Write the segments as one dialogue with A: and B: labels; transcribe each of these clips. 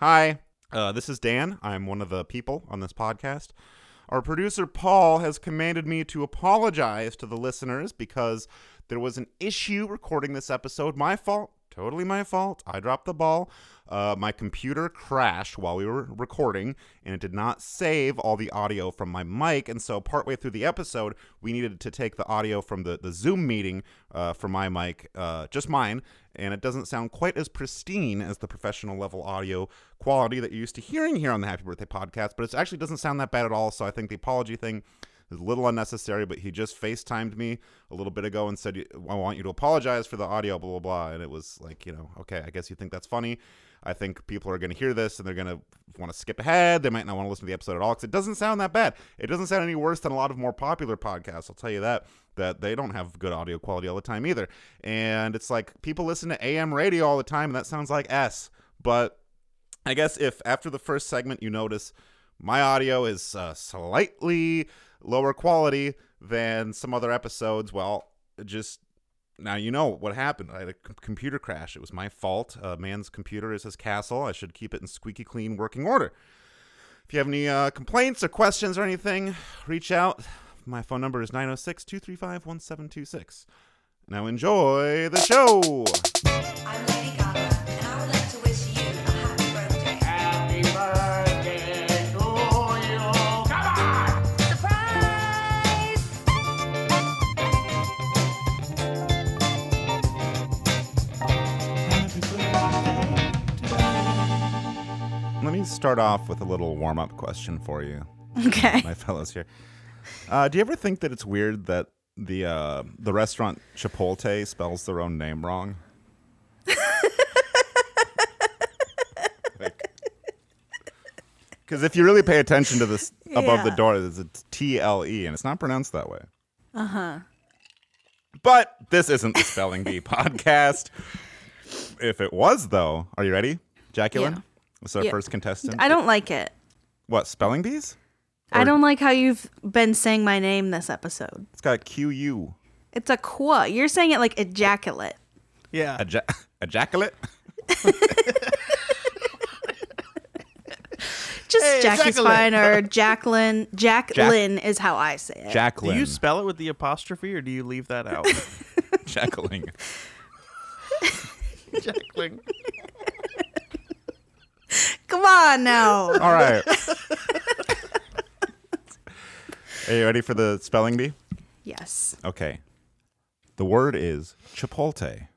A: Hi, uh, this is Dan. I'm one of the people on this podcast. Our producer, Paul, has commanded me to apologize to the listeners because there was an issue recording this episode. My fault. Totally my fault. I dropped the ball. Uh, my computer crashed while we were recording, and it did not save all the audio from my mic. And so, partway through the episode, we needed to take the audio from the, the Zoom meeting uh, from my mic, uh, just mine, and it doesn't sound quite as pristine as the professional level audio quality that you're used to hearing here on the Happy Birthday podcast, but it actually doesn't sound that bad at all. So I think the apology thing is a little unnecessary, but he just FaceTimed me a little bit ago and said, I want you to apologize for the audio, blah, blah, blah. And it was like, you know, okay, I guess you think that's funny. I think people are going to hear this and they're going to want to skip ahead. They might not want to listen to the episode at all because it doesn't sound that bad. It doesn't sound any worse than a lot of more popular podcasts. I'll tell you that that they don't have good audio quality all the time either. And it's like people listen to AM radio all the time, and that sounds like S. But I guess if after the first segment you notice my audio is uh, slightly lower quality than some other episodes, well, just now you know what happened. I had a c- computer crash. It was my fault. Uh, man's computer is his castle. I should keep it in squeaky clean working order. If you have any uh, complaints or questions or anything, reach out. My phone number is 906 235 1726. Now enjoy the show.
B: I'm Lady Gaga, and I would like to wish you a happy birthday.
C: Happy birthday to you. Come on!
B: Surprise!
A: Let me start off with a little warm up question for you,
D: Okay.
A: my fellows here. Uh, do you ever think that it's weird that the uh, the restaurant Chipotle spells their own name wrong? Because if you really pay attention to this above the
D: Yeah.
A: door, there's a T L E, and it's not pronounced that way. Uh huh.
D: Uh-huh.
A: But this isn't the Spelling Bee podcast. If it was, though, are you ready, Jacqueline?
D: Yeah.
A: It's our
D: Yeah.
A: first contestant.
D: I don't like it.
A: What spelling bees?
D: I don't like how you've been saying my name this episode.
A: It's got Q U.
D: It's a qua. You're saying it like ejaculate.
A: Yeah. A, ja- a jackalate?
D: Just
C: Hey,
D: Jackie's
C: ejaculate.
D: fine or Jacqueline. Jacqueline is how I say it.
A: Jacqueline.
E: Do you spell it with the apostrophe or do you leave that out?
A: Jacqueline.
E: Jackling.
D: Come on now.
A: All right. Are you ready for the spelling bee?
D: yes.
A: Okay. The word is chipotle.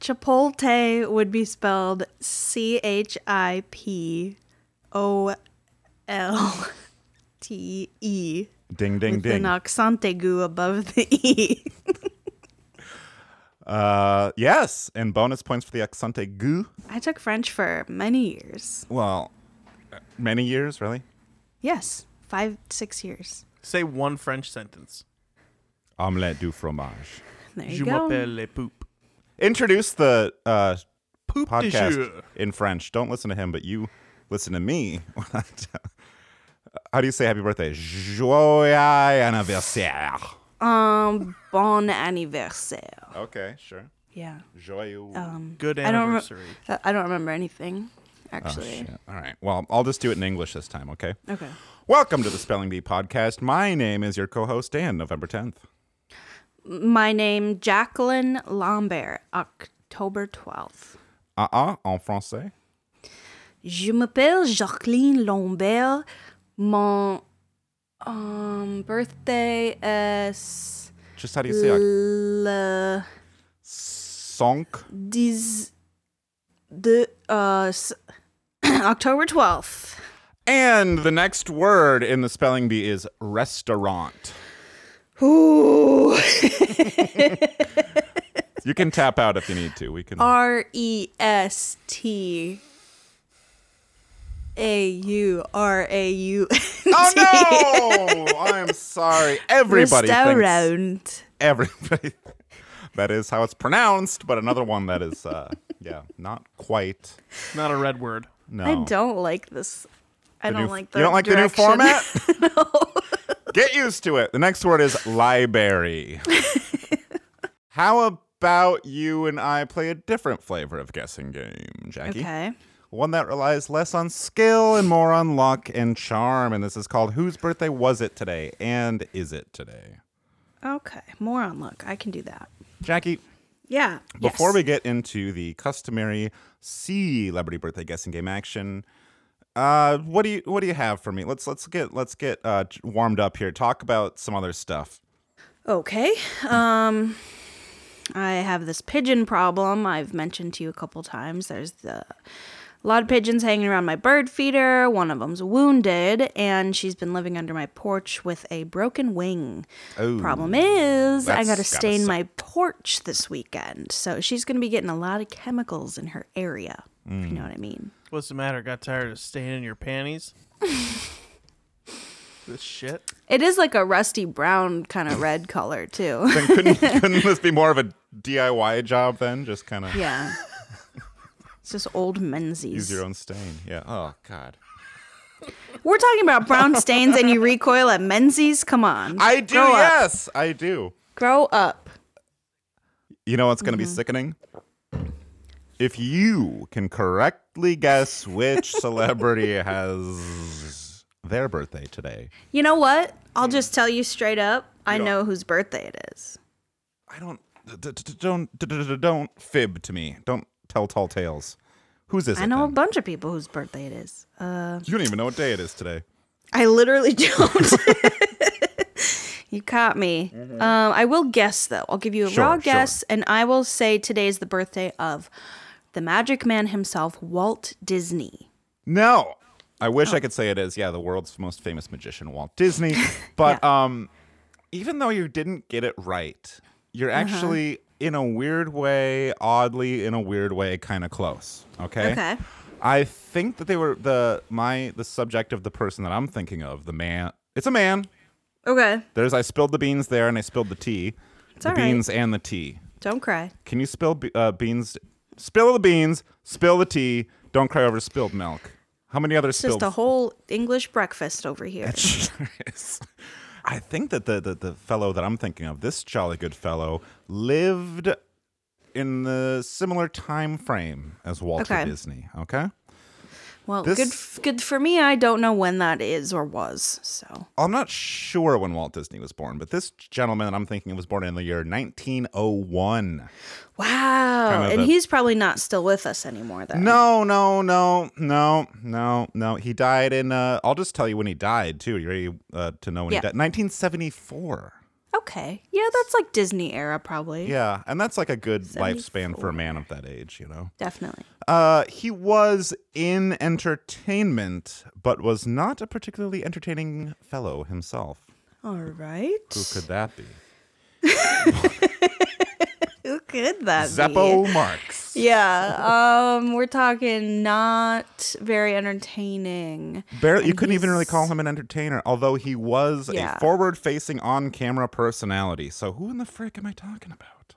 D: Chipotle would be spelled C H I P O L T E.
A: Ding, ding,
D: With an
A: ding.
D: accente goo above the E.
A: Uh, yes. And bonus points for the accente gu.
D: I took French for many years.
A: Well, many years, really?
D: Yes, five, six years.
E: Say one French sentence.
A: Omelette du fromage.
D: There
E: Je
D: you go.
E: m'appelle le poop.
A: Introduce the uh,
E: Poop de
A: podcast
E: jour.
A: in French. Don't listen to him, but you listen to me. when I tell- How do you say happy birthday? Joyeux anniversaire.
D: Um, bon anniversaire.
A: Okay, sure.
D: Yeah.
A: Joyeux.
E: Good
D: I don't.
E: anniversary.
D: Re- uh, I don't remember anything, actually.
A: Oh, Shit. All right. Well, I'll just do it in English this time, okay?
D: okay.
A: Welcome to the Spelling Bee podcast. My name is your co-host Dan, November 10th.
D: My name Jacqueline Lambert. October twelfth.
A: Ah ah en français.
D: Je m'appelle Jacqueline Lambert. Mon um birthday is
A: Just how do you say it?
D: le
A: Sonk.
D: dix de uh s- October twelfth.
A: And the next word in the spelling bee is restaurant.
D: Ooh.
A: You can tap out if you need to. We can
D: R E S T A U R A U N T.
A: Oh no! I'm sorry. Everybody thinks
D: Restaurant.
A: everybody. That is how it's pronounced, but another one that is uh yeah, not quite.
E: Not a red word.
A: No.
D: I don't like this. I
A: The
D: don't
A: new-
D: like the
A: You don't like
D: direction.
A: the new format? Get used to it. The next word is library. How about you and I play a different flavor of guessing game, Jackie?
D: Okay.
A: One that relies less on skill and more on luck and charm. And this is called Whose Birthday Was It Today? And Is It Today?
D: Okay. More on luck. I can do that.
A: Jackie,
D: Yeah.
A: before
D: yes.
A: we get into the customary celebrity birthday guessing game action, uh, what do you what do you have for me? Let's let's get let's get uh, j- warmed up here. Talk about some other stuff.
D: Okay. Um I have this pigeon problem I've mentioned to you a couple times. There's the a lot of pigeons hanging around my bird feeder. One of them's wounded and she's been living under my porch with a broken wing.
A: Oh,
D: Problem is, I
A: that's
D: got
A: gotta
D: to stain
A: suck.
D: my porch this weekend. So she's going to be getting a lot of chemicals in her area. If you
A: Hmm.
D: know what I mean.
E: What's the matter? Got tired of staying in your panties? this shit.
D: It is like a rusty brown kind of red color too.
A: Then couldn't couldn't this be more of a DIY job then? Just kind of
D: yeah. It's just old Menzies.
A: use your own stain. Yeah. Oh God.
D: We're talking about brown stains and you recoil at Menzies. Come on.
A: I do.
D: Grow up.
A: yes, I do.
D: Grow up.
A: You know what's going to
D: Mm-hmm.
A: be sickening? If you can correctly guess which celebrity has their birthday today.
D: You know what?
A: Mm.
D: I'll just tell you straight up. I
A: Yeah.
D: know whose birthday it is.
A: I don't d- d- d- don't d- d- d- don't fib to me. Don't tell tall tales. Whose is
D: I
A: it?
D: know a
A: then?
D: bunch of people whose birthday it is. Uh,
A: You don't even know what day it is today.
D: I literally don't. you caught me. Um, I will guess though. I'll give you a
A: Mm-hmm. Sure,
D: raw
A: sure.
D: guess, and I will say today is the birthday of the Magic Man himself, Walt Disney.
A: No. I wish
D: Oh.
A: I could say it is. Yeah, the world's most famous magician, Walt Disney. But um, even though you didn't get it right, you're
D: Uh-huh.
A: actually in a weird way, oddly in a weird way, kind of close. Okay.
D: Okay.
A: I think that they were the my the subject of the person that I'm thinking of. The man. It's a man.
D: Okay,
A: There's I spilled the beans there, and I spilled the tea. the
D: all right.
A: beans and the tea.
D: don't cry.
A: Can you spill be- uh, beans? Spill the beans. Spill the tea. Don't cry over spilled milk. How many other
D: It's
A: spilled?
D: just a whole English breakfast over here.
A: Sure is. I think that the, the the fellow that I'm thinking of, this jolly good fellow, lived in the similar time frame as Walter
D: Okay.
A: Disney. Okay.
D: Well,
A: This-
D: good f- good for me. I don't know when that is or was. So,
A: I'm not sure when Walt Disney was born, but this gentleman that I'm thinking of was born in the year 1901.
D: wow.
A: Kind of
D: and
A: a-
D: he's probably not still with us anymore then.
A: No, no, no, no, no, no. He died in. Uh, I'll just tell you when he died too. You ready uh, to know when
D: Yeah.
A: he died? 1974.
D: Okay. Yeah, that's like Disney era probably.
A: Yeah, and that's like a good lifespan for a man of that age, you know.
D: Definitely.
A: Uh, he was in entertainment, but was not a particularly entertaining fellow himself.
D: All right.
A: Who could that be?
D: Who could that be?
A: Zeppo Marx.
D: Yeah. Um we're talking not very entertaining.
A: Barely, you couldn't even really call him an entertainer, although he was
D: Yeah.
A: a forward-facing on-camera personality. So who in the frick am I talking about?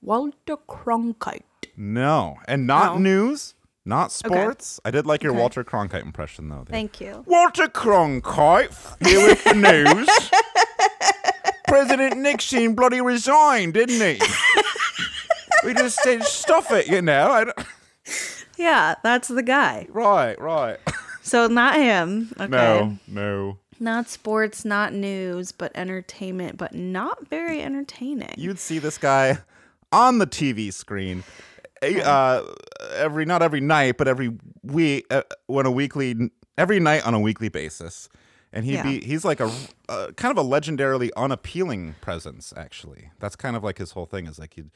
D: Walter Cronkite.
A: No, and not
D: No.
A: news, not sports. I did like your Walter Cronkite impression though. there.
D: Thank you.
A: Walter Cronkite, here with the news. President Nixon bloody resigned, didn't he? we just said, stop it, you know. I don't-
D: Yeah, that's the guy.
A: right, right.
D: So not him. Okay.
A: No, no.
D: Not sports, not news, but entertainment, but not very entertaining.
A: You'd see this guy on the TV screen eh, uh, every, not every night, but every week, uh, when a weekly, every night on a weekly basis. And he'd
D: Yeah.
A: be, he's like a uh, kind of a legendarily unappealing presence, actually. That's kind of like his whole thing is like he'd,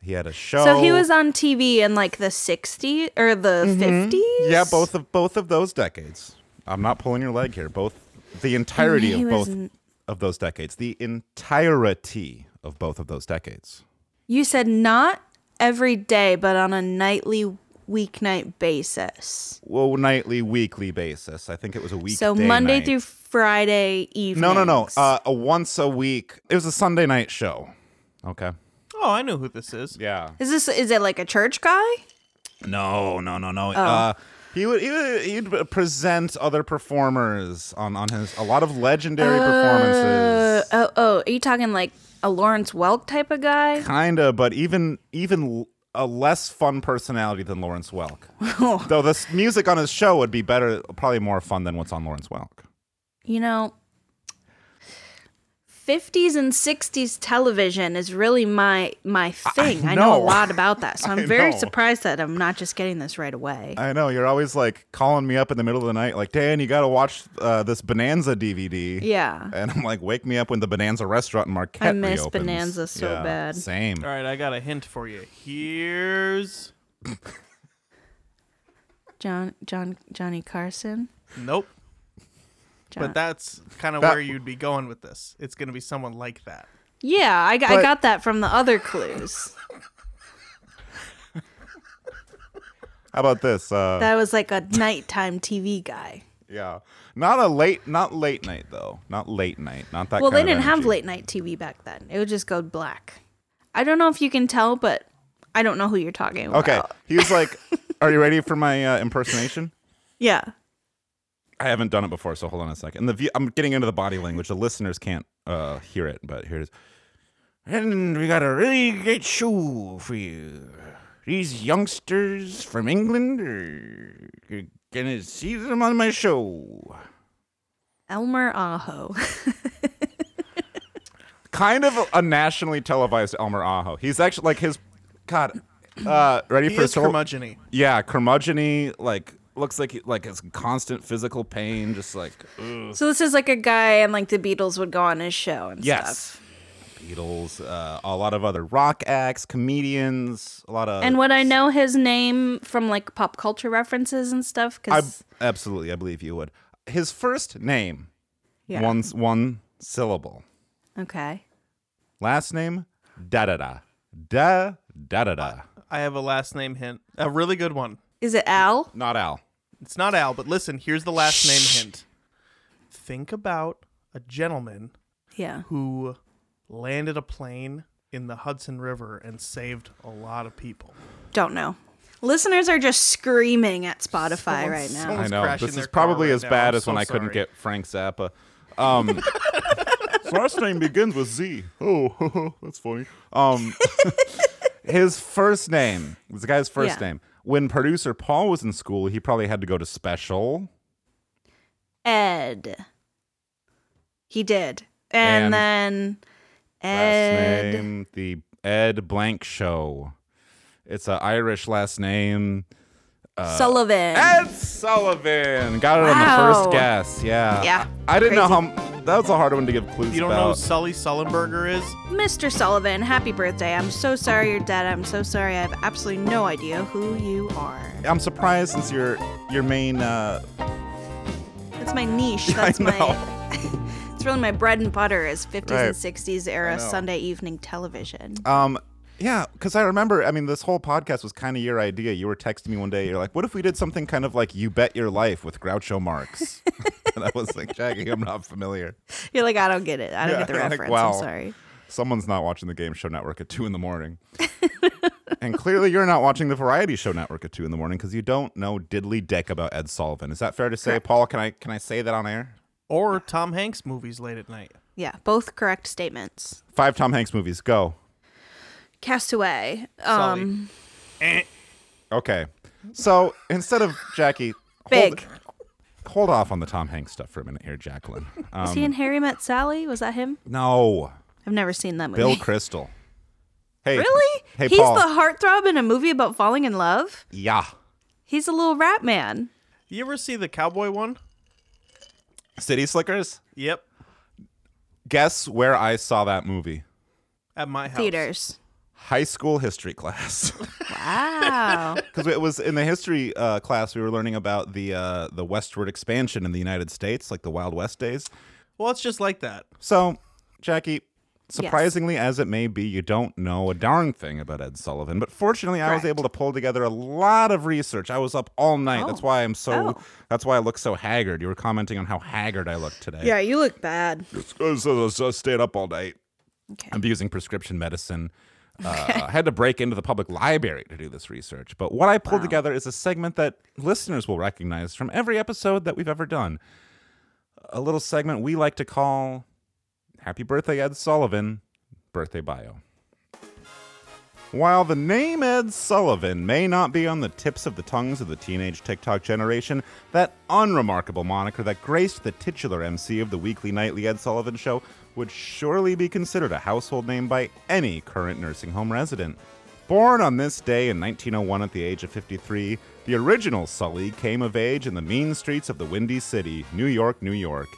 A: he had a show.
D: so he was on TV in like the 60s or the
A: Mm-hmm.
D: 50s?
A: Yeah, both of both of those decades. I'm not pulling your leg here. Both the entirety
D: he
A: of both
D: was n-
A: of those decades. The entirety of both of those decades.
D: You said not every day, but on a nightly, weeknight basis.
A: Well, nightly, weekly basis. I think it was a week.
D: so Monday
A: night.
D: through Friday evening.
A: No, no, no. Uh, a once a week. It was a Sunday night show. Okay.
E: Oh, I know who this is.
A: Yeah.
D: is this is it like a church guy?
A: No, no, no,
D: Oh.
A: no. Uh, he would he would he'd present other
D: Uh,
A: performers on on his a lot of legendary performances.
D: Oh, oh, are you talking like a Lawrence Welk type of guy.
A: Kinda, but even even l- a less fun personality than Lawrence Welk. Though the s- music on his show would be better, probably more fun than what's on Lawrence Welk.
D: You know, 50s and 60s television is really my my thing. I, know.
A: know.
D: a lot about that, so
A: I
D: I'm very
A: know.
D: surprised that I'm not just getting this right away.
A: I know you're always like calling me up in the middle of the night, like Dan, you got to watch uh, this Bonanza DVD.
D: yeah.
A: And I'm like, wake me up when the Bonanza restaurant in Marquette
D: I miss
A: reopens."
D: Bonanza so
A: Yeah,
D: bad.
A: Same.
E: All right, I got a hint for you. Here's
D: John John Johnny Carson.
E: nope.
D: John.
E: But that's kind of
A: That-
E: where you'd be going with this. It's gonna be someone like that.
D: yeah, I, got I
A: But-
D: got that from the other clues.
A: How about this? Uh,
D: That was like a nighttime TV guy.
A: yeah, not a late, not late night though. Not late night. Not that.
D: Well, they
A: kind of
D: didn't have
A: energy.
D: late night TV back then. It would just go black. I don't know if you can tell, but I don't know who you're talking about.
A: Okay, he was like, "Are you ready for my uh, impersonation?"
D: Yeah.
A: I haven't done it before, so hold on a second. And the view, I'm getting into the body language. The listeners can't uh, hear it, but here it is. And we got a really great show for you. These youngsters from England are you're gonna see them on my show.
D: Elmer Aho.
A: Kind of a nationally televised Elmer Aho. He's actually like his God. Uh, ready
E: He
A: for
E: is
A: a solo-
E: curmudgeon
A: Yeah, curmudgeon like looks like he, like his constant physical pain, just like
D: so this is like a guy and like the Beatles would go on his show and
A: Yes.
D: stuff.
A: Beatles, uh, a lot of other rock acts, comedians, a lot of.
D: And would I know his name from like pop culture references and stuff?
A: I
D: Because
A: absolutely, I believe you would. His first name,
D: yeah.
A: one s- one syllable.
D: Okay.
A: Last name, da da da da da da da.
E: I have a last name hint. A really good one.
D: Is it Al?
A: Not Al.
E: It's not Al, but listen, here's the last name hint. Think about a gentleman
D: Yeah.
E: who landed a plane in the Hudson River and saved a lot of people.
D: Don't know. Listeners are just screaming at Spotify right now.
E: someone's- Someone's
A: I know
E: crashing
A: this
E: their
A: is probably
E: car right
A: as
E: now.
A: bad
E: I'm
A: as when
E: so
A: I couldn't
E: sorry.
A: get Frank Zappa. Um, his last name begins with Z. Oh, that's funny. Um, his first name, this guy's first
D: Yeah.
A: name. When producer Paul was in school, he probably had to go to special.
D: Ed. He did.
A: And
D: And, then
A: Last
D: Ed.
A: name, the Ed Blank Show. It's an Irish last name.
D: Sullivan.
A: uh, Ed Sullivan. Got it on the first
D: Wow.
A: guess. Yeah.
D: Yeah.
A: I, I didn't know how. That was a hard one to give clues
E: You don't know
A: about.
E: who Sully Sullenberger is?
D: Mr. Sullivan, happy birthday. I'm so sorry you're dead. I'm so sorry. I have absolutely no idea who you are.
A: I'm surprised since your your main uh,
D: That's my niche. That's my. it's really my bread and butter is 50s
A: Right.
D: and 60s
A: I
D: era
A: know.
D: Sunday evening television.
A: um yeah because I remember I mean this whole podcast was kind of your idea. You were texting me one day. You're like, what if we did something kind of like you bet your life with Groucho Marx? and I was like, Jackie, I'm not familiar.
D: You're like, I don't get it. I don't
A: Yeah,
D: get the
A: you're like,
D: reference.
A: wow.
D: I'm sorry.
A: Someone's not watching the Game Show Network at two in the morning. and clearly, you're not watching the Variety Show Network at two in the morning because you don't know diddly dick about Ed Sullivan. Is that fair to say, Paul? Can I can I say that on air?
E: Or Tom Hanks movies late at night.
D: Yeah, both correct statements.
A: Five Tom Hanks movies. Go.
D: Castaway.
E: Sully.
D: Um,
E: Eh.
A: Okay. So instead of Jackie,
D: Big.
A: Hold, hold off on the Tom Hanks stuff for a minute here, Jacqueline. Um,
D: was he in Harry Met Sally? Was that him?
A: No,
D: I've never seen that movie.
A: Bill Crystal. Hey,
D: really?
A: Hey,
D: He's
A: Paul.
D: the heartthrob in a movie about falling in love?
A: yeah.
D: He's a little rat man.
E: You ever see the cowboy one?
A: City Slickers.
E: Yep.
A: Guess where I saw that movie?
E: At my house.
D: Theaters.
A: High school history class.
D: Wow.
A: because it was in the history uh, class we were learning about the uh, the westward expansion in the United States, like the Wild West days.
E: Well, it's just like that.
A: So, Jackie, surprisingly as it may be, you don't know a darn thing about Ed Sullivan. But fortunately, I was
D: Correct.
A: able to pull together a lot of research. I was up all night. That's
D: Oh.
A: why I'm so.
D: Oh.
A: That's why I look so haggard. You were commenting on how haggard I looked today.
D: yeah, you look bad.
A: I stayed up all night
D: Okay.
A: abusing prescription medicine. Uh, I had to break into the public library to do this research. But what I pulled together is a segment that listeners will recognize from every episode that we've ever done. A little segment we like to call Happy Birthday, Ed Sullivan. birthday bio. While the name Ed Sullivan may not be on the tips of the tongues of the teenage TikTok generation, that unremarkable moniker that graced the titular MC of the weekly nightly Ed Sullivan show would surely be considered a household name by any current nursing home resident. Born on this day in 1901 at the age of 53, the original Sully came of age in the mean streets of the Windy City, New York, New York.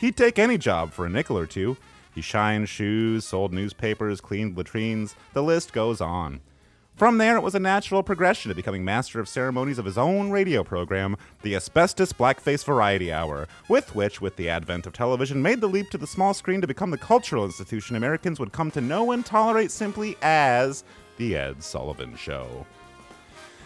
A: He'd take any job for a nickel or two. He shined shoes, sold newspapers, cleaned latrines. The list goes on. From there, it was a natural progression to becoming master of ceremonies of his own radio program, the Asbestos Blackface Variety Hour, with which, with the advent of television, made the leap to the small screen to become the cultural institution Americans would come to know and tolerate simply as The Ed Sullivan Show.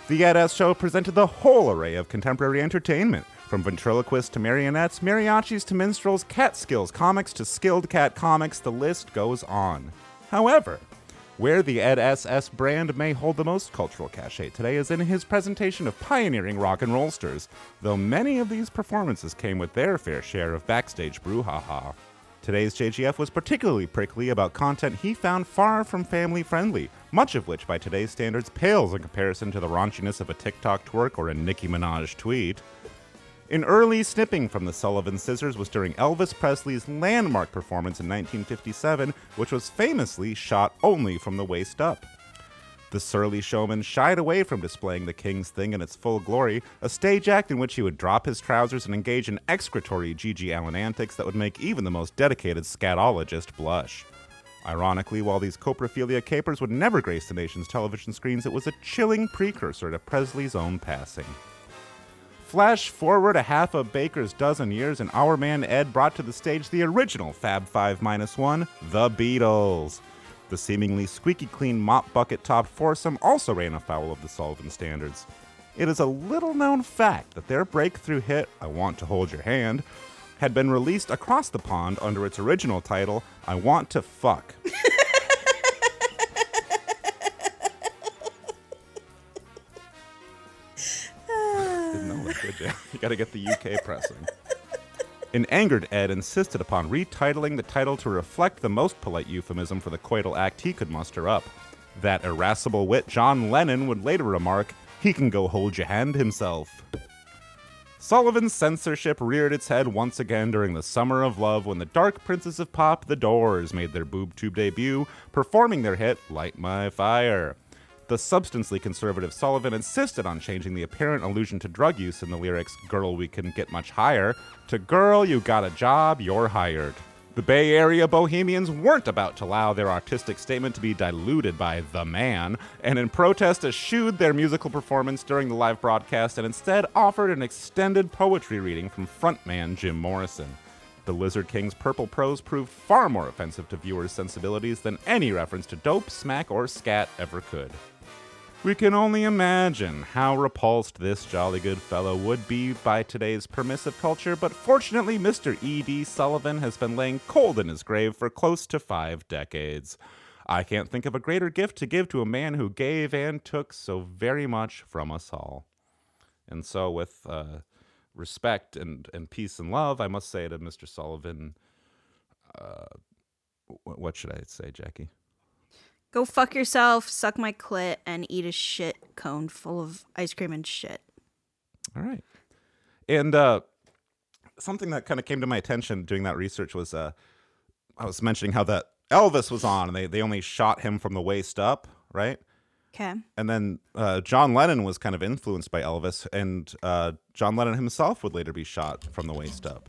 A: The Ed S. Show presented the whole array of contemporary entertainment, from ventriloquists to marionettes, mariachis to minstrels, cat skills comics to skilled cat comics, the list goes on. However, where the Ed SS brand may hold the most cultural cachet today is in his presentation of pioneering rock and rollsters, though many of these performances came with their fair share of backstage brouhaha. Today's JGF was particularly prickly about content he found far from family friendly, much of which by today's standards pales in comparison to the raunchiness of a TikTok twerk or a Nicki Minaj tweet. An early snipping from the Sullivan Scissors was during Elvis Presley's landmark performance in 1957, which was famously shot only from the waist up. The surly showman shied away from displaying the king's thing in its full glory, a stage act in which he would drop his trousers and engage in excretory Gigi Allen antics that would make even the most dedicated scatologist blush. Ironically, while these coprophilia capers would never grace the nation's television screens, it was a chilling precursor to Presley's own passing. Flash forward a half a baker's dozen years, and our man Ed brought to the stage the original Fab 5 Minus 1, The Beatles. The seemingly squeaky clean mop bucket topped foursome also ran afoul of the Sullivan standards. It is a little known fact that their breakthrough hit, I Want to Hold Your Hand, had been released across the pond under its original title, I Want to Fuck. Didn't know that, did you? You gotta get the UK pressing. An angered Ed insisted upon retitling the title to reflect the most polite euphemism for the coital act he could muster up. That irascible wit John Lennon would later remark, he can go hold your hand himself. Sullivan's censorship reared its head once again during the Summer of Love when the Dark Princess of Pop, The Doors, made their boob tube debut, performing their hit Light My Fire. The substantially conservative Sullivan insisted on changing the apparent allusion to drug use in the lyrics Girl, we can get much higher to Girl, you got a job, you're hired. The Bay Area Bohemians weren't about to allow their artistic statement to be diluted by the man, and in protest eschewed their musical performance during the live broadcast and instead offered an extended poetry reading from frontman Jim Morrison. The Lizard King's purple prose proved far more offensive to viewers' sensibilities than any reference to dope, smack, or scat ever could. We can only imagine how repulsed this jolly good fellow would be by today's permissive culture, but fortunately, Mr. E.D. Sullivan has been laying cold in his grave for close to five decades. I can't think of a greater gift to give to a man who gave and took so very much from us all. And so, with uh, respect and, and peace and love, I must say to Mr. Sullivan, uh, wh- what should I say, Jackie?
D: Go fuck yourself, suck my clit, and eat a shit cone full of ice cream and shit.
A: All right. And uh, something that kind of came to my attention doing that research was uh, I was mentioning how that Elvis was on and they, they only shot him from the waist up, right?
D: Okay.
A: And then uh, John Lennon was kind of influenced by Elvis, and uh, John Lennon himself would later be shot from the waist up.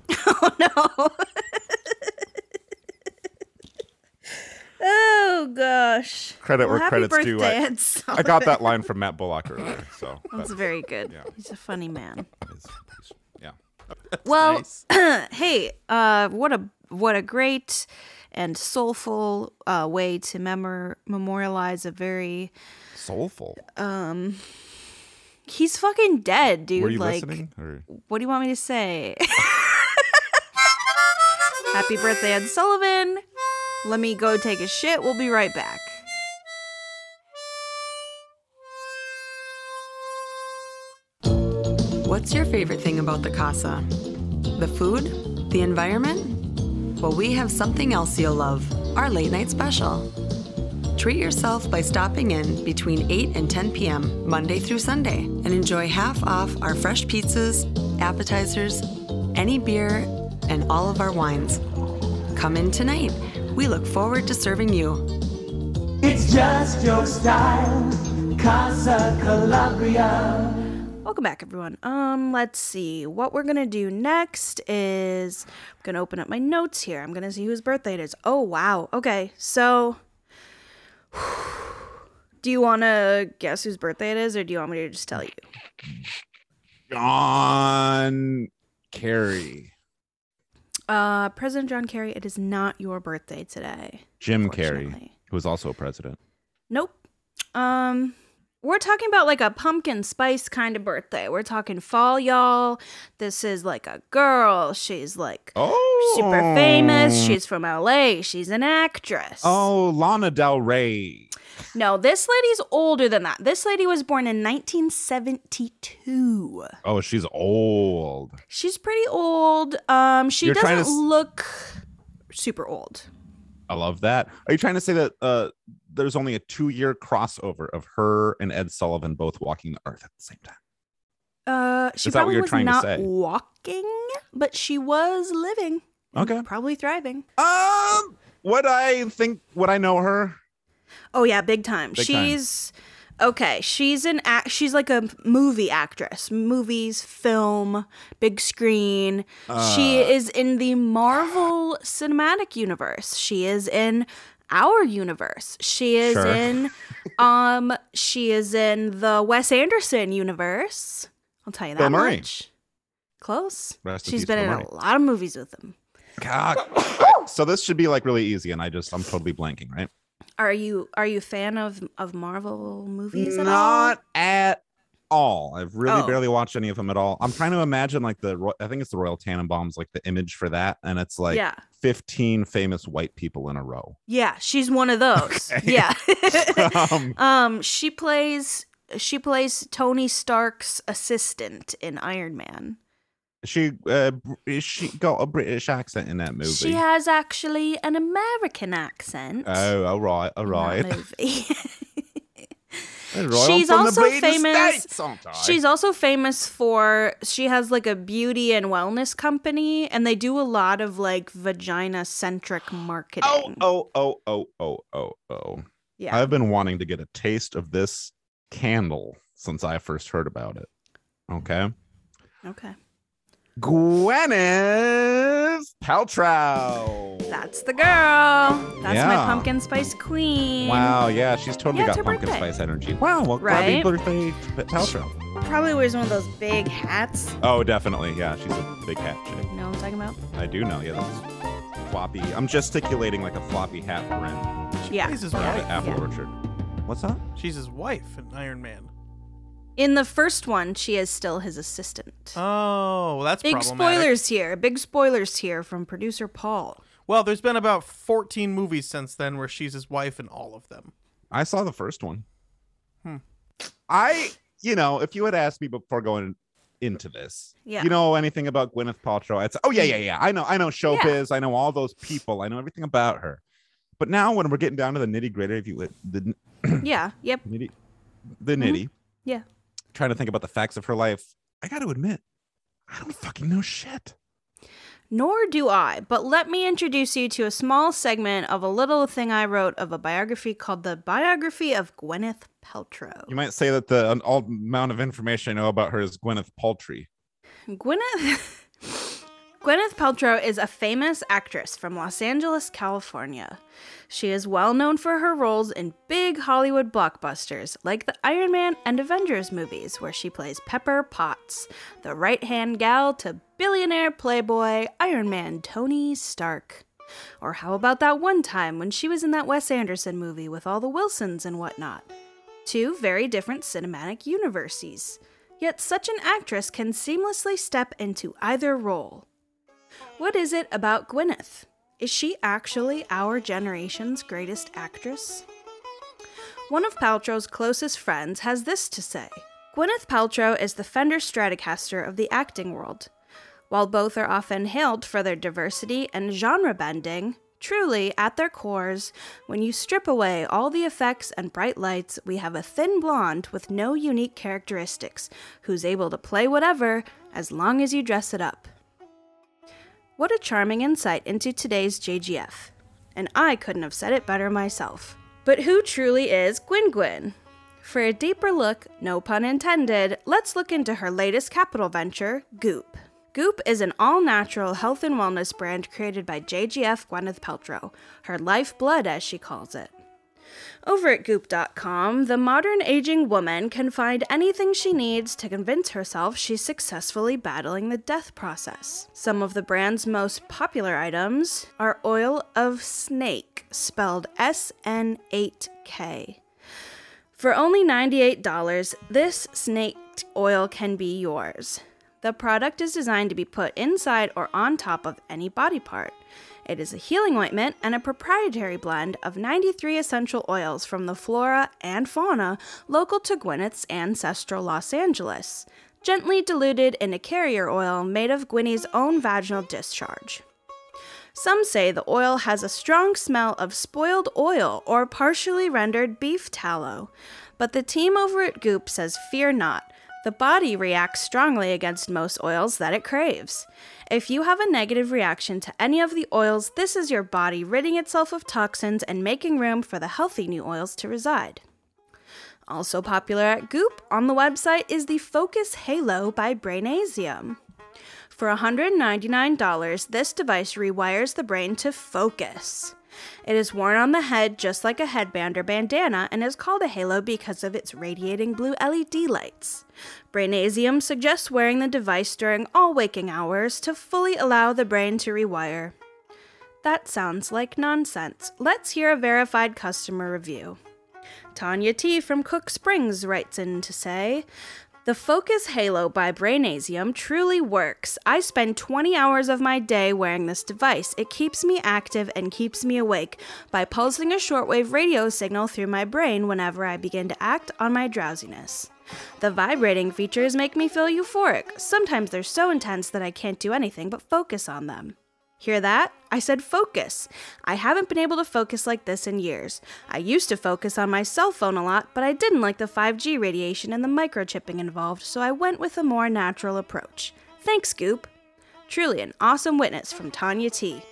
D: Oh gosh.
A: Credit
D: Well,
A: where
D: happy
A: credit's due.
D: birthday,
A: I,
D: Ed
A: I
D: Sullivan.
A: got that line from Matt Bullock earlier, so
D: That's
A: that
D: very good.
A: Yeah.
D: He's a funny man.
A: is, yeah.
D: well, hey, uh, what a what a great and soulful uh, way to memor- memorialize a very
A: Soulful.
D: he's fucking dead, dude.
A: Were you
D: like,
A: listening? Or
D: what do you want me to say? Happy birthday, Ed Sullivan. Let me go take a shit. We'll be right back.
F: What's your favorite thing about the casa? The food? The environment? Well, we have something else you'll love our late night special. Treat yourself by stopping in between 8 and 10 p.m., Monday through Sunday, and enjoy half off our fresh pizzas, appetizers, any beer, and all of our wines. Come in tonight. We look forward to serving you
G: It's just your style, Casa Calabria.
D: Welcome back, everyone. Um, let's see. What we're gonna do next is I'm gonna open up my notes here. I'm gonna see whose birthday it is. Oh wow. Okay, so do you wanna guess whose birthday it is, or do you want me to just tell you?
A: John Kerry.
D: Uh, President John Kerry, it is not your birthday today.
A: Jim Kerry,
D: Unfortunately.
A: who was also a president.
D: Nope. Um, we're talking about like a pumpkin spice kind of birthday. We're talking fall, y'all. This is like a girl. She's like
A: Oh,
D: super famous. She's from LA. She's an actress.
A: oh Lana Del Rey.
D: No, this lady's older than that. This lady was born in 1972.
A: Oh, she's old.
D: She's pretty old. Um, she
A: You're trying to
D: doesn't
A: s-
D: look super old.
A: I love that. Are you trying to say that uh, there's only a two-year crossover of her and Ed Sullivan both walking the earth at the same time?
D: Uh, she
A: Is that what
D: probably
A: you're
D: was
A: trying to
D: not
A: say?
D: walking, but she was living. and
A: Okay.
D: Probably thriving.
A: Um, what I think, what I know her.
D: Oh yeah, big time.
A: Big time.
D: she's okay. She's an act. She's like a movie actress. Movies, film, big screen. she
A: Uh.
D: is in the Marvel Cinematic Universe. She is in our universe. She is
A: Sure.
D: in um. She is in the Wes Anderson universe. I'll tell you that
A: Bill Murray.
D: much. Close.
A: Rest in
D: She's
A: peace,
D: been
A: Bill
D: in
A: Murray.
D: a lot of movies with him.
A: God. so this should be like really easy, and I just I'm totally blanking, right?
D: Are you are you a fan of of Marvel movies at all?
A: Not at all. I've really
D: Oh.
A: barely watched any of them at all. I'm trying to imagine like the Ro- I think it's the Royal Tannenbaums, like the image for that, and it's like
D: Yeah.
A: 15 famous white people in a row.
D: Yeah, she's one of those.
A: Okay.
D: Yeah.
A: um,
D: um, she plays she plays Tony Stark's assistant in Iron Man.
A: she uh, br- she got a British accent in that movie.
D: She has actually an American accent.
A: oh, all right, all
D: in that
A: right.
D: movie.
A: All right, I'm
D: She's
A: from the
D: also
A: British
D: famous-
A: States, aren't I?
D: She's also famous for she has like a beauty and wellness company and they do a lot of like vagina centric marketing.
A: oh oh oh oh oh oh oh.
D: yeah.
A: I've been wanting to get a taste of this candle since I first heard about it. Okay. Oh.
D: okay.
A: Gwyneth Paltrow.
D: That's the girl. That's my
A: Yeah.
D: pumpkin spice queen.
A: Wow, yeah, she's totally
D: Yeah,
A: got
D: it's her
A: pumpkin
D: birthday.
A: spice energy. Wow, well,
D: Right?
A: happy birthday, P- Paltrow.
D: Probably wears one of those big hats.
A: Oh, definitely. Yeah, she's a big hat chick.
D: You know what I'm talking about?
A: I do know. Yeah, that's floppy. I'm gesticulating like a floppy hat brim.
D: Yeah.
E: She's his
A: around the
E: wife.
A: apple
D: Yeah.
A: orchard. What's up?
E: She's his wife in Iron Man.
D: In the first one, she is still his assistant.
E: Oh, well, that's
D: Big
E: problematic.
D: spoilers here. Big spoilers here from producer Paul.
E: Well, there's been about 14 movies since then where she's his wife in all of them.
A: I saw the first one. I, you know, if you had asked me before going into this,
D: Yeah.
A: you know anything about Gwyneth Paltrow? I'd say, oh yeah, yeah, yeah. I know, I know showbiz. I know all those people. I know everything about her. But now, when we're getting down to the nitty gritty, if you would, the n-
D: yeah. Yep.
A: nitty, the nitty,
D: Mm-hmm. Yeah.
A: trying to think about the facts of her life, I got to admit, I don't fucking know shit.
D: Nor do I, but let me introduce you to a small segment of a little thing I wrote of a biography called The Biography of Gwyneth Paltrow.
A: You might say that the an, all amount of information I know about her is Gwyneth Paltry.
D: Gwyneth Gwyneth Paltrow is a famous actress from Los Angeles, California. She is well known for her roles in big Hollywood blockbusters like the Iron Man and Avengers movies, where she plays Pepper Potts, the right hand gal to billionaire playboy Iron Man Tony Stark. Or how about that one time when she was in that Wes Anderson movie with all the Wilsons and whatnot? two very different cinematic universes. Yet such an actress can seamlessly step into either role. What is it about Gwyneth? Is she actually our generation's greatest actress? One of Paltrow's closest friends has this to say Gwyneth Paltrow is the Fender Stratocaster of the acting world. While both are often hailed for their diversity and genre bending, truly, at their cores, when you strip away all the effects and bright lights, we have a thin blonde with no unique characteristics who's able to play whatever as long as you dress it up. What a charming insight into today's JGF. And I couldn't have said it better myself. But who truly is Gwyn Gwyn? For a deeper look, no pun intended, let's look into her latest capital venture, Goop. Goop is an all natural health and wellness brand created by JGF Gwyneth Paltrow, her lifeblood as she calls it. Over at goop.com, the modern aging woman can find anything she needs to convince herself she's successfully battling the death process. Some of the brand's most popular items are oil of snake, spelled S N 8 K. For only $98, this snake oil can be yours. The product is designed to be put inside or on top of any body part. It is a healing ointment and a proprietary blend of 93 essential oils from the flora and fauna local to Gwyneth's ancestral Los Angeles, gently diluted in a carrier oil made of Gwyneth's own vaginal discharge. Some say the oil has a strong smell of spoiled oil or partially rendered beef tallow. But the team over at Goop says fear not. The body reacts strongly against most oils that it craves. If you have a negative reaction to any of the oils, this is your body ridding itself of toxins and making room for the healthy new oils to reside. Also popular at Goop on the website is the Focus Halo by Brainasium. For $199, this device rewires the brain to focus. It is worn on the head just like a headband or bandana and is called a halo because of its radiating blue LED lights. Brainasium suggests wearing the device during all waking hours to fully allow the brain to rewire. That sounds like nonsense. Let's hear a verified customer review. Tanya T from Cook Springs writes in to say, the Focus Halo by Brainasium truly works. I spend 20 hours of my day wearing this device. It keeps me active and keeps me awake by pulsing a shortwave radio signal through my brain whenever I begin to act on my drowsiness. The vibrating features make me feel euphoric. Sometimes they're so intense that I can't do anything but focus on them. Hear that? I said focus. I haven't been able to focus like this in years. I used to focus on my cell phone a lot, but I didn't like the 5G radiation and the microchipping involved, so I went with a more natural approach. Thanks, Goop. Truly an awesome witness from Tanya T.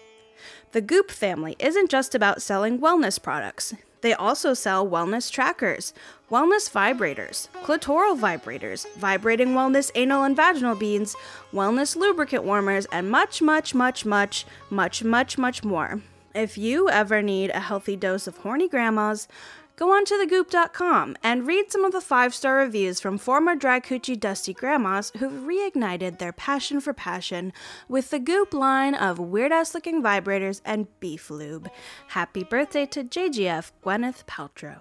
D: The Goop family isn't just about selling wellness products. They also sell wellness trackers, wellness vibrators, clitoral vibrators, vibrating wellness anal and vaginal beads, wellness lubricant warmers, and much, much, much, much, much, much, much more. If you ever need a healthy dose of horny grandmas, go on to thegoop.com and read some of the five star reviews from former dry coochie dusty grandmas who've reignited their passion for passion with the goop line of weird ass looking vibrators and beef lube. Happy birthday to JGF Gwyneth Paltrow.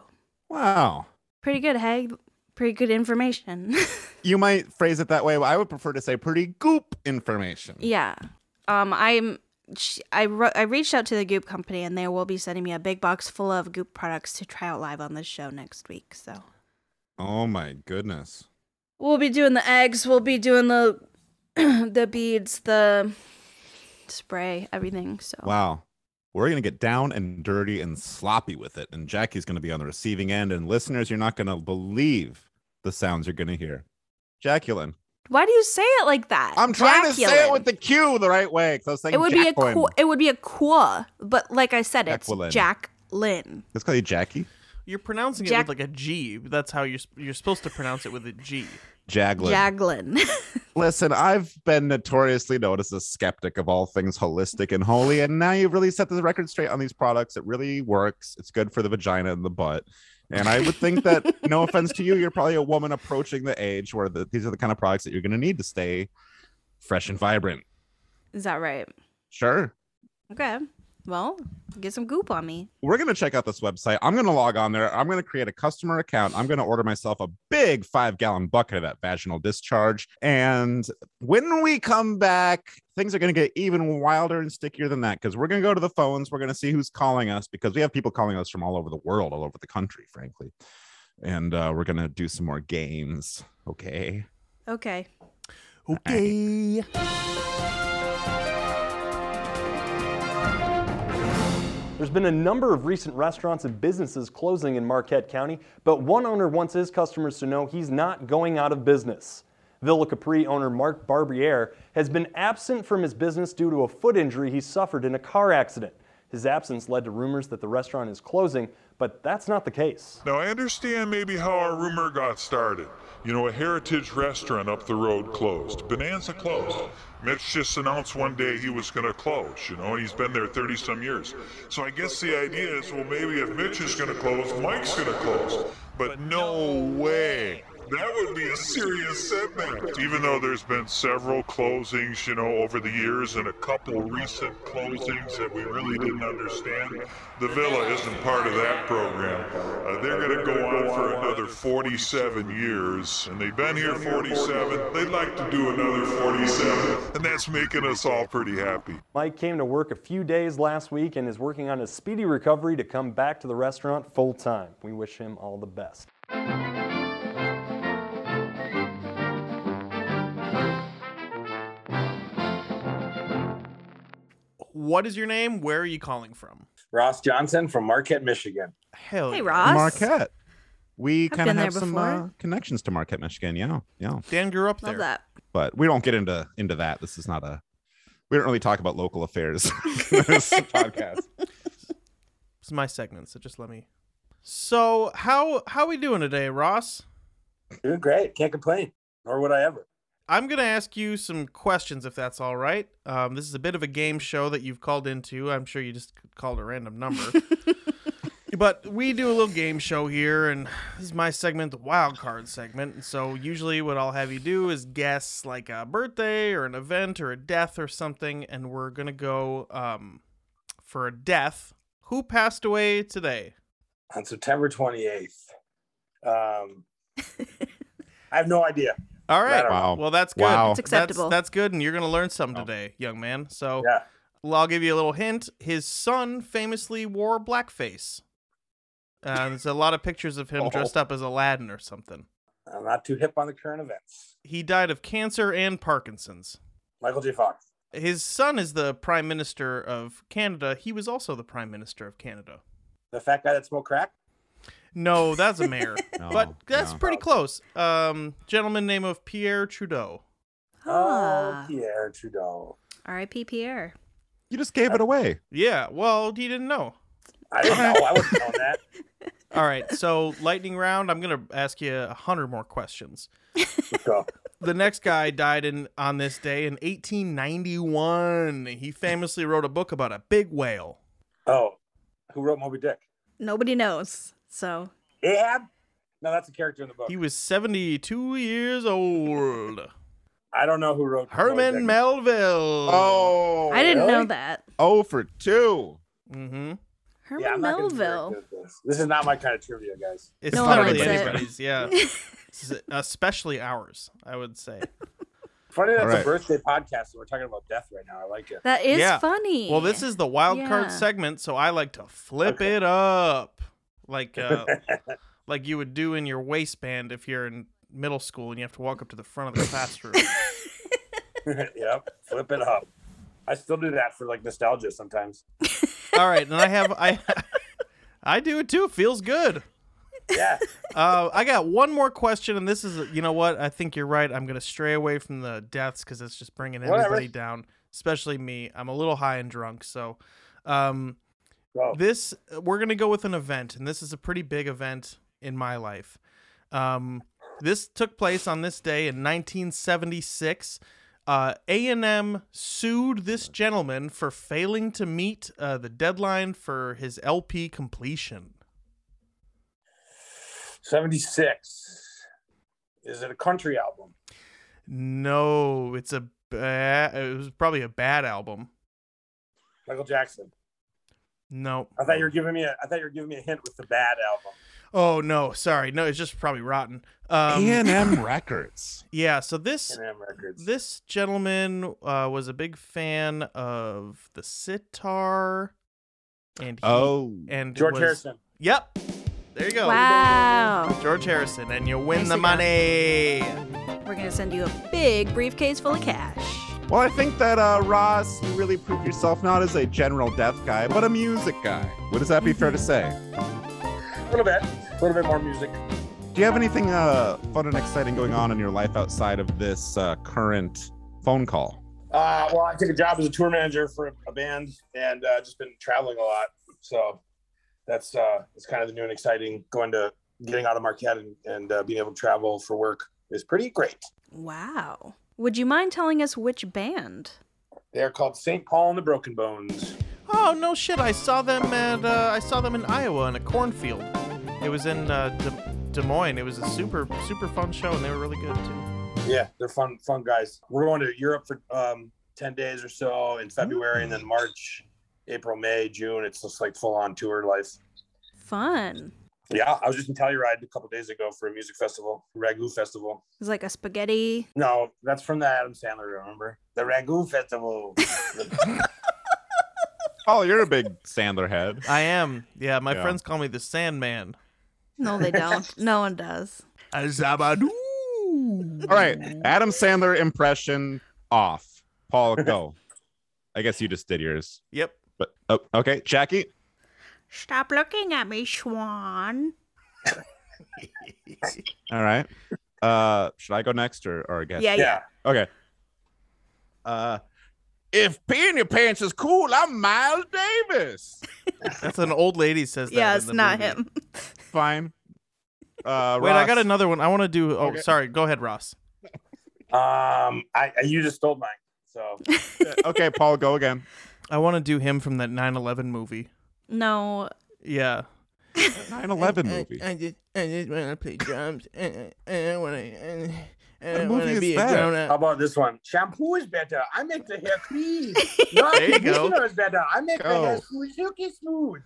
A: Wow.
D: Pretty good, hey? Pretty good information.
A: You might phrase it that way, but I would prefer to say pretty goop information.
D: yeah. Um, I'm. sh I, wrote, I reached out to the Goop company and they will be sending me a big box full of Goop products to try out live on the show next week. So
A: Oh my goodness.
D: We'll be doing the eggs. We'll be doing the the beads, the spray, everything. So
A: Wow. We're going to get down and dirty and sloppy with it. And Jackie's going to be on the receiving end. And listeners, you're not going to believe the sounds you're going to hear. Jacqueline.
D: why do you say it like that?
A: I'm trying to say it
D: Jacqueline.
A: with the Q the right way. 'cause I was saying
D: It would be a
A: Jacqueline.
D: qu- it would be a qua, but like I said, it's
A: Jacqueline.
D: Jacqueline.
A: Let's call you Jackie.
E: You're pronouncing
D: Jack-
E: it with like a G. but That's how you're sp- you're supposed to pronounce it with a G.
A: Jaglin.
D: Jaglin.
A: Listen, I've been notoriously noticed as a skeptic of all things holistic and holy, and now you've really set the record straight on these products. It really works. It's good for the vagina and the butt. And I would think that, no offense to you, you're probably a woman approaching the age where the, these are the kind of products that you're going to need to stay fresh and vibrant.
D: Is that right?
A: Sure.
D: Okay. Well, get some goop on me.
A: We're going to check out this website. I'm going to log on there. I'm going to create a customer account. I'm going to order myself a big five gallon bucket of that vaginal discharge. And when we come back, things are going to get even wilder and stickier than that because we're going to go to the phones. We're going to see who's calling us because we have people calling us from all over the world, all over the country, frankly. And uh, we're going to do some more games. Okay.
D: Okay.
E: Okay.
H: There's been a number of recent restaurants and businesses closing in Marquette County, but one owner wants his customers to know he's not going out of business. Villa Capri owner Mark Barbier has been absent from his business due to a foot injury he suffered in a car accident. His absence led to rumors that the restaurant is closing, but that's not the case.
I: Now, I understand maybe how our rumor got started. You know, a heritage restaurant up the road closed. Bonanza closed. Mitch just announced one day he was going to close, you know, and he's been there 30 some years. So I guess the idea is well, maybe if Mitch is going to close, Mike's going to close. But no way. That would be a serious setback. Even though there's been several closings, you know, over the years and a couple recent closings that we really didn't understand, the Villa isn't part of that program. Uh, they're going to go on for another 47 years, and they've been here 47. They'd like to do another 47, and that's making us all pretty happy.
H: Mike came to work a few days last week and is working on a speedy recovery to come back to the restaurant full time. We wish him all the best.
E: What is your name? Where are you calling from?
J: Ross Johnson from Marquette, Michigan.
E: Hell
D: Hey,
E: yeah.
D: Ross.
A: Marquette. We
D: I've
A: kind of
D: been there
A: have some
D: before.
A: uh, connections to Marquette, Michigan. Yeah, yeah.
E: Dan grew up
D: Love
E: there.
D: that.
A: But we don't get into into that. This is not a. We don't really talk about local affairs. in this podcast.
E: It's my segment, so just let me. So how how we doing today, Ross?
J: Doing great. Can't complain, nor would I ever.
E: I'm gonna ask you some questions, if that's all right. Um, this is a bit of a game show that you've called into. I'm sure you just called a random number, but we do a little game show here, and this is my segment, the wild card segment. And so usually, what I'll have you do is guess like a birthday or an event or a death or something, and we're gonna go um, for a death. Who passed away today?
J: On September 28th, um, I have no idea.
E: All right.
J: Right
A: on. Wow.
E: Well, that's good.
A: Oh, Wow. Oh. It's
D: acceptable.
E: That's, that's good, and you're going to learn something today, young man. So
J: Yeah.
E: well, I'll give you a little hint. His son famously wore blackface. Uh, there's a lot of pictures of him
A: Oh.
E: dressed up as Aladdin or something.
J: I'm not too hip on the current events.
E: He died of cancer and Parkinson's.
J: Michael J. Fox.
E: His son is the prime minister of Canada. He was also the prime minister of Canada.
J: The fat guy that smoked crack?
E: No, that's a mayor,
A: No,
E: but that's
A: no.
E: pretty close. Um, gentleman name of Pierre Trudeau.
D: Ah.
J: Oh, Pierre Trudeau.
D: R.I.P. Pierre.
A: You just gave it away.
E: Yeah, well, he didn't know.
J: I don't know. I wouldn't know that.
E: All right, so lightning round. I'm gonna ask you a hundred more questions.
J: Let's go.
E: The next guy died in on this day in 1891. He famously wrote a book about a big whale.
J: Oh, who wrote Moby Dick?
D: Nobody knows. So
J: Ahab? No, that's a character in the book.
E: He was 72 years old.
J: I don't know who wrote
E: Herman
J: Moby Dick.
E: Melville.
A: Oh,
D: I didn't know
J: really?
D: that.
A: oh for two.
E: Mm-hmm.
D: Herman
J: I'm not gonna be very
D: Melville.
J: good at This. This is not my kind of trivia, guys.
E: It's
D: No
E: not
D: one
E: really
D: likes it.
E: anybody's. Yeah. This is- Especially ours, I would say.
J: Funny that's
A: All
J: a
A: right.
J: birthday podcast and we're talking about death right now. I like it.
D: That is
E: Yeah.
D: funny.
E: Well, this is the wild
D: Yeah.
E: card segment, so I like to flip
J: Okay.
E: it up, like uh, like you would do in your waistband if you're in middle school and you have to walk up to the front of the classroom.
J: yep. Flip it up. I still do that for like nostalgia sometimes.
E: All right, and I have I I do it too. Feels good.
J: Yeah.
E: Uh, I got one more question, and this is you know what I think you're right. I'm gonna stray away from the deaths because it's just bringing
J: Whatever.
E: everybody down, especially me. I'm a little high and drunk, so. Um,
J: Well,
E: this we're gonna go with an event and this is a pretty big event in my life um this took place on this day in 1976 uh, a&m sued this gentleman for failing to meet uh, the deadline for his lp completion
J: 76. Is it a country album?
E: no it's a bad it was probably a bad album
J: Michael Jackson.
E: no
J: I thought you were giving me a I thought you were giving me a hint with the bad album.
E: oh no sorry no it's just probably rotten um,
A: A&M Records.
E: yeah so this
J: A&M Records.
E: This gentleman uh, was a big fan of the sitar, and he,
A: Oh,
E: and
J: George
E: was-
J: Harrison.
E: Yep, there you go.
D: wow.
E: George Harrison, and you win the
D: Nicely
E: money.
D: We're going to send you a big briefcase full of cash.
A: Well, I think that uh, Ross, you really proved yourself not as a general death guy, but a music guy. Would that be fair to say?
J: A little bit, a little bit more music.
A: Do you have anything uh, fun and exciting going on in your life outside of this uh, current phone call?
J: Uh, well, I took a job as a tour manager for a band and uh, just been traveling a lot. So that's uh, it's kind of the new and exciting. Going to getting out of Marquette and, and uh, being able to travel for work is pretty great.
D: Wow. Would you mind telling us which band?
J: They're called St. Paul and the Broken Bones.
E: Oh no shit! I saw them at uh, I saw them in Iowa in a cornfield. It was in uh, De- Des Moines. It was a super super fun show, and they were really good too.
J: Yeah, they're fun fun guys. We're going to Europe for um, ten days or so in February, and then March, April, May, June. It's just like full on tour life.
D: Fun.
J: Yeah, I was just in Telluride a couple days ago for a music festival, Ragu Festival.
D: It was like a spaghetti.
J: No, that's from the Adam Sandler. Remember the Ragu Festival?
A: Oh, you're a big Sandler head.
E: I am. Yeah, my
A: Yeah.
E: friends call me the Sandman.
D: No, they don't. no one does.
E: Azabadu.
A: All right, Adam Sandler impression off. Paul, go. I guess you just did yours,
E: Yep.
A: but oh, okay, Jackie.
D: Stop looking at me, Schwan.
A: All right. Uh, should I go next or or guess?
D: Yeah, yeah.
J: yeah,
A: Okay. Uh, if peeing your pants is cool, I'm Miles Davis.
E: That's an old lady says that.
D: Yeah,
E: in
D: it's
E: the
D: not
E: movie.
D: him.
A: Fine. Uh,
E: Wait, I got
A: Ross.
E: another one. I want to do. Oh,
A: Okay.
E: sorry. Go ahead, Ross.
J: Um, I, I you just stole mine. So
A: okay, Paul, go again.
E: I want to do him from that 9/11 movie.
D: No.
E: Yeah.
A: 9/11 movie.
E: I just, I just want to play drums, and I, and I want to, and,
A: What movie is that?
J: how about this one? Shampoo is better. I make the hair clean. No,
E: There you go.
J: conditioner is better. I make the hair
A: Go.
J: smooth, silky smooth.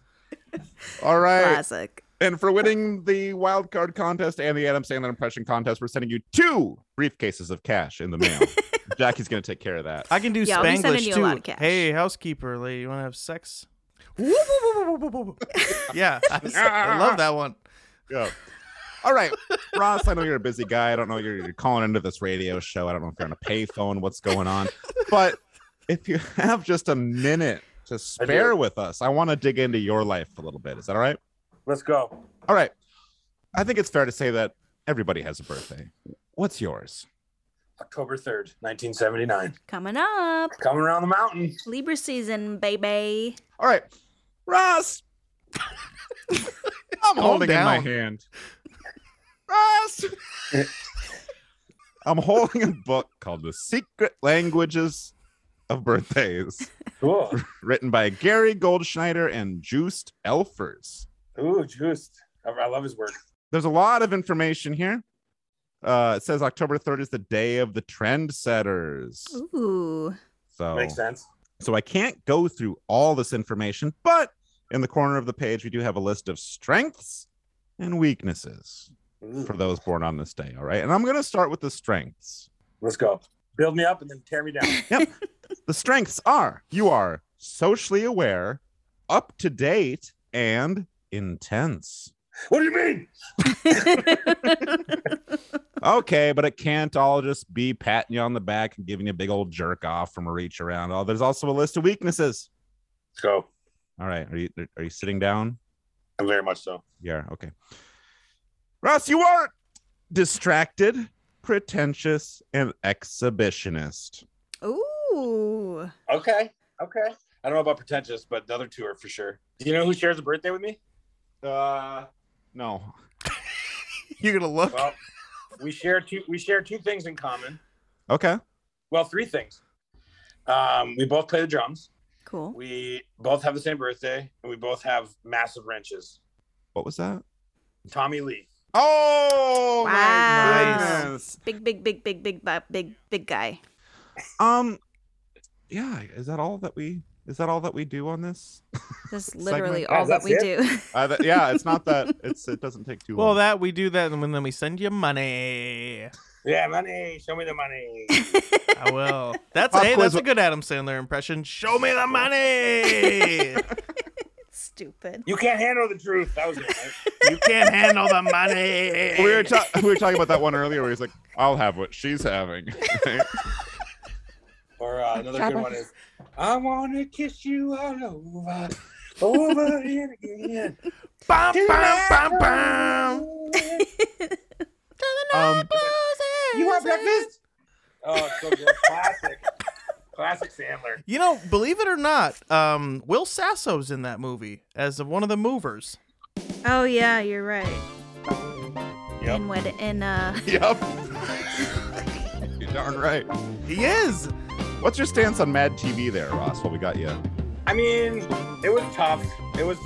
A: All right.
D: Classic.
A: And for winning the wild card contest and the Adam Sandler impression contest, we're sending you two briefcases of cash in the mail. Jackie's gonna take care of that.
E: I can do
D: Yeah, I'll be sending
E: Spanglish
D: you a
E: too.
D: lot of cash.
E: Hey, housekeeper, lady, you want to have sex? yeah, I, was- I love that one.
A: Go. All right, Ross. I know you're a busy guy. I don't know you're, you're calling into this radio show. I don't know if you're on a payphone. What's going on? But if you have just a minute to spare with us, I want to dig into your life a little bit. Is that all right?
J: Let's go.
A: All right. I think it's fair to say that everybody has a birthday. What's yours?
J: October third, nineteen seventy nine.
D: Coming up.
J: Coming around the mountain.
D: Libra season, baby.
A: All right, Ross. I'm
E: Calm
A: holding in
E: down.
A: my hand. Ross. I'm holding a book called The Secret Languages of Birthdays,
J: Cool.
A: written by Gary Goldschneider and Juiced Elfers.
J: Ooh, juiced. I, I love his work.
A: There's a lot of information here. Uh, it says October 3rd is the day of the trendsetters.
D: Ooh.
A: So
J: Makes sense.
A: So I can't go through all this information, but in the corner of the page, we do have a list of strengths and weaknesses
J: Ooh.
A: for those born on this day. All right. And I'm going to start with the strengths.
J: Let's go. Build me up and then tear me down.
A: The strengths are you are socially aware, up to date, and intense.
J: what do you mean?
A: Okay, but it can't all just be patting you on the back and giving you a big old jerk off from a reach around. Oh, there's also a list of weaknesses.
J: Let's go.
A: All right. Are you are you sitting down?
J: I'm very much so.
A: Yeah, okay. Ross, you are distracted, pretentious, and exhibitionist.
D: Ooh.
J: Okay. Okay. I don't know about pretentious, but the other two are for sure. Do you know who shares a birthday with me?
A: Uh no.
E: You're gonna look.
J: Well, we share two we share two things in common.
A: Okay.
J: Well, three things. Um, we both play the drums.
D: Cool.
J: We both have the same birthday, and we both have massive wrenches.
A: What was that?
J: Tommy Lee.
A: Oh my
D: Wow.
A: goodness.
D: Big, big, big, big, big, bu- big, big guy.
A: Um yeah, is that all that we is that all that we do on this?
D: That's
A: Segment.
D: literally
J: Oh,
D: all that
J: that's
D: we
J: it?
D: do.
A: Uh, th- yeah, it's not that it's it doesn't take too
E: Well,
A: long.
E: that we do that, and then we send you money.
J: Yeah, money. Show me the money.
E: I will. That's
A: Pop
E: hey,
A: quiz
E: that's a
A: wa-
E: good Adam Sandler impression. Show me the money.
D: Stupid.
J: You can't handle the truth. That was it. right?
E: You can't handle the money.
A: We were, ta- we were talking about that one earlier where he's like, I'll have what she's having.
J: or uh, another good one is, I want to kiss you all over, over and again.
E: bum, bum, bum, bum. Uh,
A: um,
J: You want breakfast? Oh, it's so good. Classic. Classic Sandler.
E: You know, believe it or not, um, Will Sasso's in that movie as one of the movers.
D: Oh yeah, you're right.
J: Yep.
D: In wed in uh
A: yep. You're darn right.
E: He is.
A: What's your stance on Mad TV there, Ross, while we got you?
J: I mean, it was tough. It was.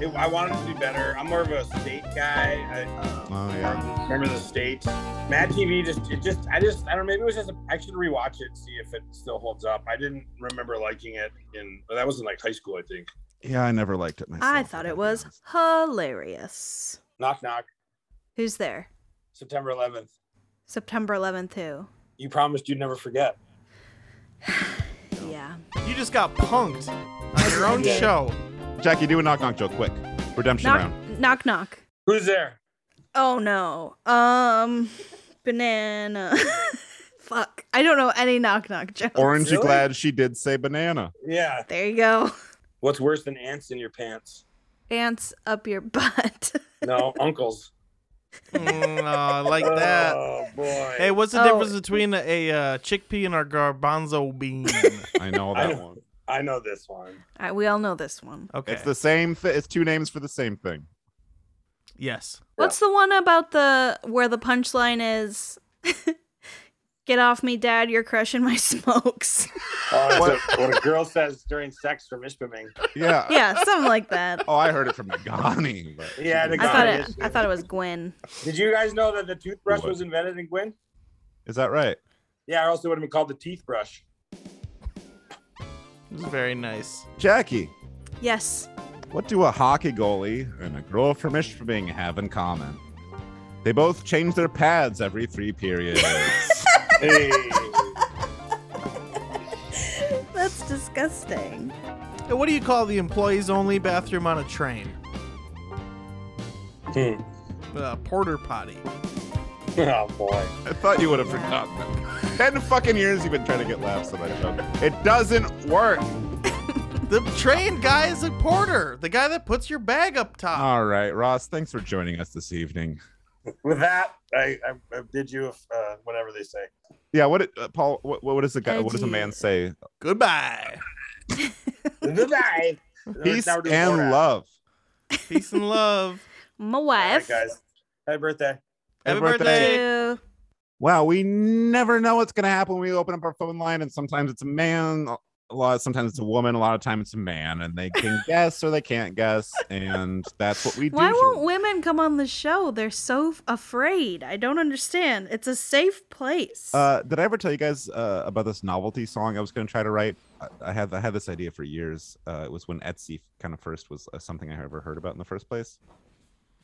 J: It, I wanted to do better. I'm more of a state guy. I,
A: Oh,
J: uh, remember the state. Mad TV just it just I just I don't know, maybe it was just a, I should rewatch it see if it still holds up. I didn't remember liking it in well, that was in like high school I think.
A: Yeah, I never liked it myself.
D: I thought it was hilarious.
J: Knock knock
D: Who's there?
J: September 11th.
D: September 11th who?
J: You promised you'd never forget.
D: Yeah.
E: You just got punked on your own
J: Yeah.
E: show.
A: Jackie, do a knock knock joke quick. Redemption
D: Knock
A: round.
D: knock knock.
J: Who's there?
D: Oh no. Um banana. Fuck. I don't know any knock knock jokes.
A: Orange, you
J: Really?
A: glad she did say banana.
J: Yeah.
D: There you go.
J: What's worse than ants in your pants?
D: Ants up your butt.
J: No, uncles.
E: Mm, oh, I like that.
J: Oh boy.
E: Hey, what's the
D: Oh.
E: difference between a, uh, chickpea and a garbanzo bean?
A: I know
J: I
A: that
J: know.
A: one.
J: I know this one.
D: All right, we all know this one.
E: Okay.
A: It's the same thing. It's two names for the same thing.
E: yes.
D: What's the one about the where the punchline is Get off me, dad, you're crushing my smokes.
J: Oh, it's a- what a girl says during sex for misbehaving.
A: Yeah.
D: yeah, something like that.
A: Oh, I heard it from Nagani. But
J: Yeah,
D: I thought
J: Nagani.
D: it I thought it was Gwen.
J: Did you guys know that the toothbrush
A: What?
J: was invented in Gwyn?
A: Is that right?
J: Yeah, or else it would have been called the teeth brush.
E: It was very nice.
A: Jackie,
D: Yes.
A: what do a hockey goalie and a girl from Ishpeming have in common? They both change their pads every three periods.
J: Hey,
D: That's disgusting.
E: Hey, what do you call the employees only bathroom on a train?
J: Hmm.
E: Uh, porter potty.
J: oh boy.
A: I thought you would have forgotten it. Ten fucking years you've been trying to get laughs at that joke. It doesn't work.
E: The train guy is a porter, the guy that puts your bag up top.
A: All right, Ross, thanks for joining us this evening.
J: With that, I, I, I bid you uh, whatever they say.
A: Yeah, what uh, Paul? What, what does the guy? What does a man say?
E: Goodbye.
J: Goodbye.
A: Peace
J: Now we're
A: and
J: doing Borat.
A: love.
E: Peace and love.
D: My
J: All right,
D: wife.
J: guys. Happy birthday.
E: Happy
A: Happy birthday.
E: birthday.
D: Two.
A: Wow, we never know what's gonna happen when we open up our phone line, and sometimes it's a man, a lot, sometimes it's a woman, a lot of time it's a man, and they can guess or they can't guess, and that's what we do.
D: Why
A: here.
D: won't women come on the show? They're so f- afraid. I don't understand. It's a safe place.
A: Uh, did I ever tell you guys uh, about this novelty song I was going to try to write? I, I had I had this idea for years. Uh, it was when Etsy kind of first was uh, something I ever heard about in the first place.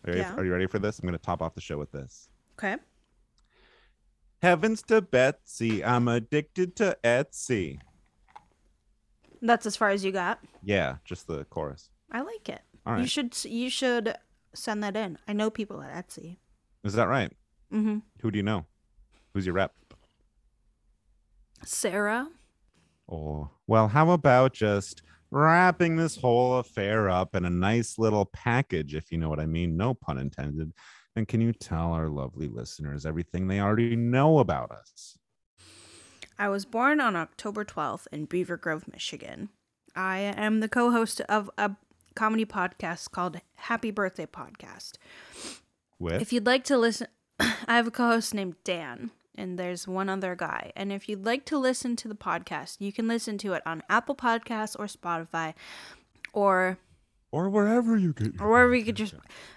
A: Are you,
D: Yeah.
A: are you ready for this? I'm going to top off the show with this.
D: okay.
A: Heavens to Betsy, I'm addicted to Etsy.
D: That's as far as you got.
A: Yeah, just the chorus.
D: I like it.
A: All
D: You
A: right,
D: should s- you should send that in. I know people at Etsy.
A: is that right?
D: Mm-hmm.
A: Who do you know? Who's your rep?
D: Sarah.
A: Oh, well, how about just wrapping this whole affair up in a nice little package, if you know what I mean? No pun intended. And can you tell our lovely listeners everything they already know about us?
D: I was born on October 12th in Beaver Grove, Michigan. I am the co host of a comedy podcast called Happy Birthday Podcast.
A: With
D: If you'd like to listen, I have a co host named Dan, and there's one other guy. And if you'd like to listen to the podcast, you can listen to it on Apple Podcasts or Spotify or
A: or wherever you get
D: or wherever you could just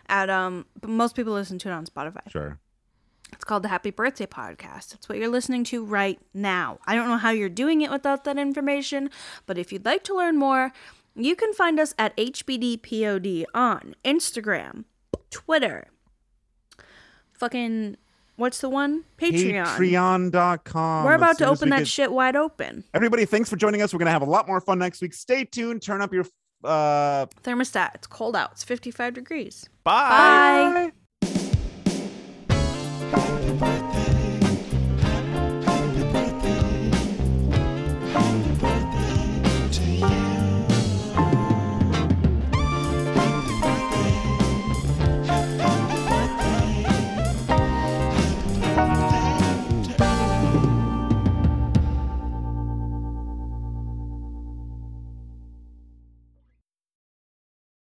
D: add um but most people listen to it on spotify
A: sure.
D: it's called the happy birthday podcast it's what you're listening to right now i don't know how you're doing it without that information but if you'd like to learn more you can find us at hbdpod on instagram twitter fucking what's the one patreon,
A: Patreon.com.
D: we're
A: As
D: about to
A: soon as
D: open
A: we
D: that
A: get-
D: shit wide open
A: Everybody, thanks for joining us. We're going to have a lot more fun next week. Stay tuned. Turn up your Uh,
D: Thermostat. It's cold out. It's 55 degrees.
E: Bye.
D: Bye.
A: Bye.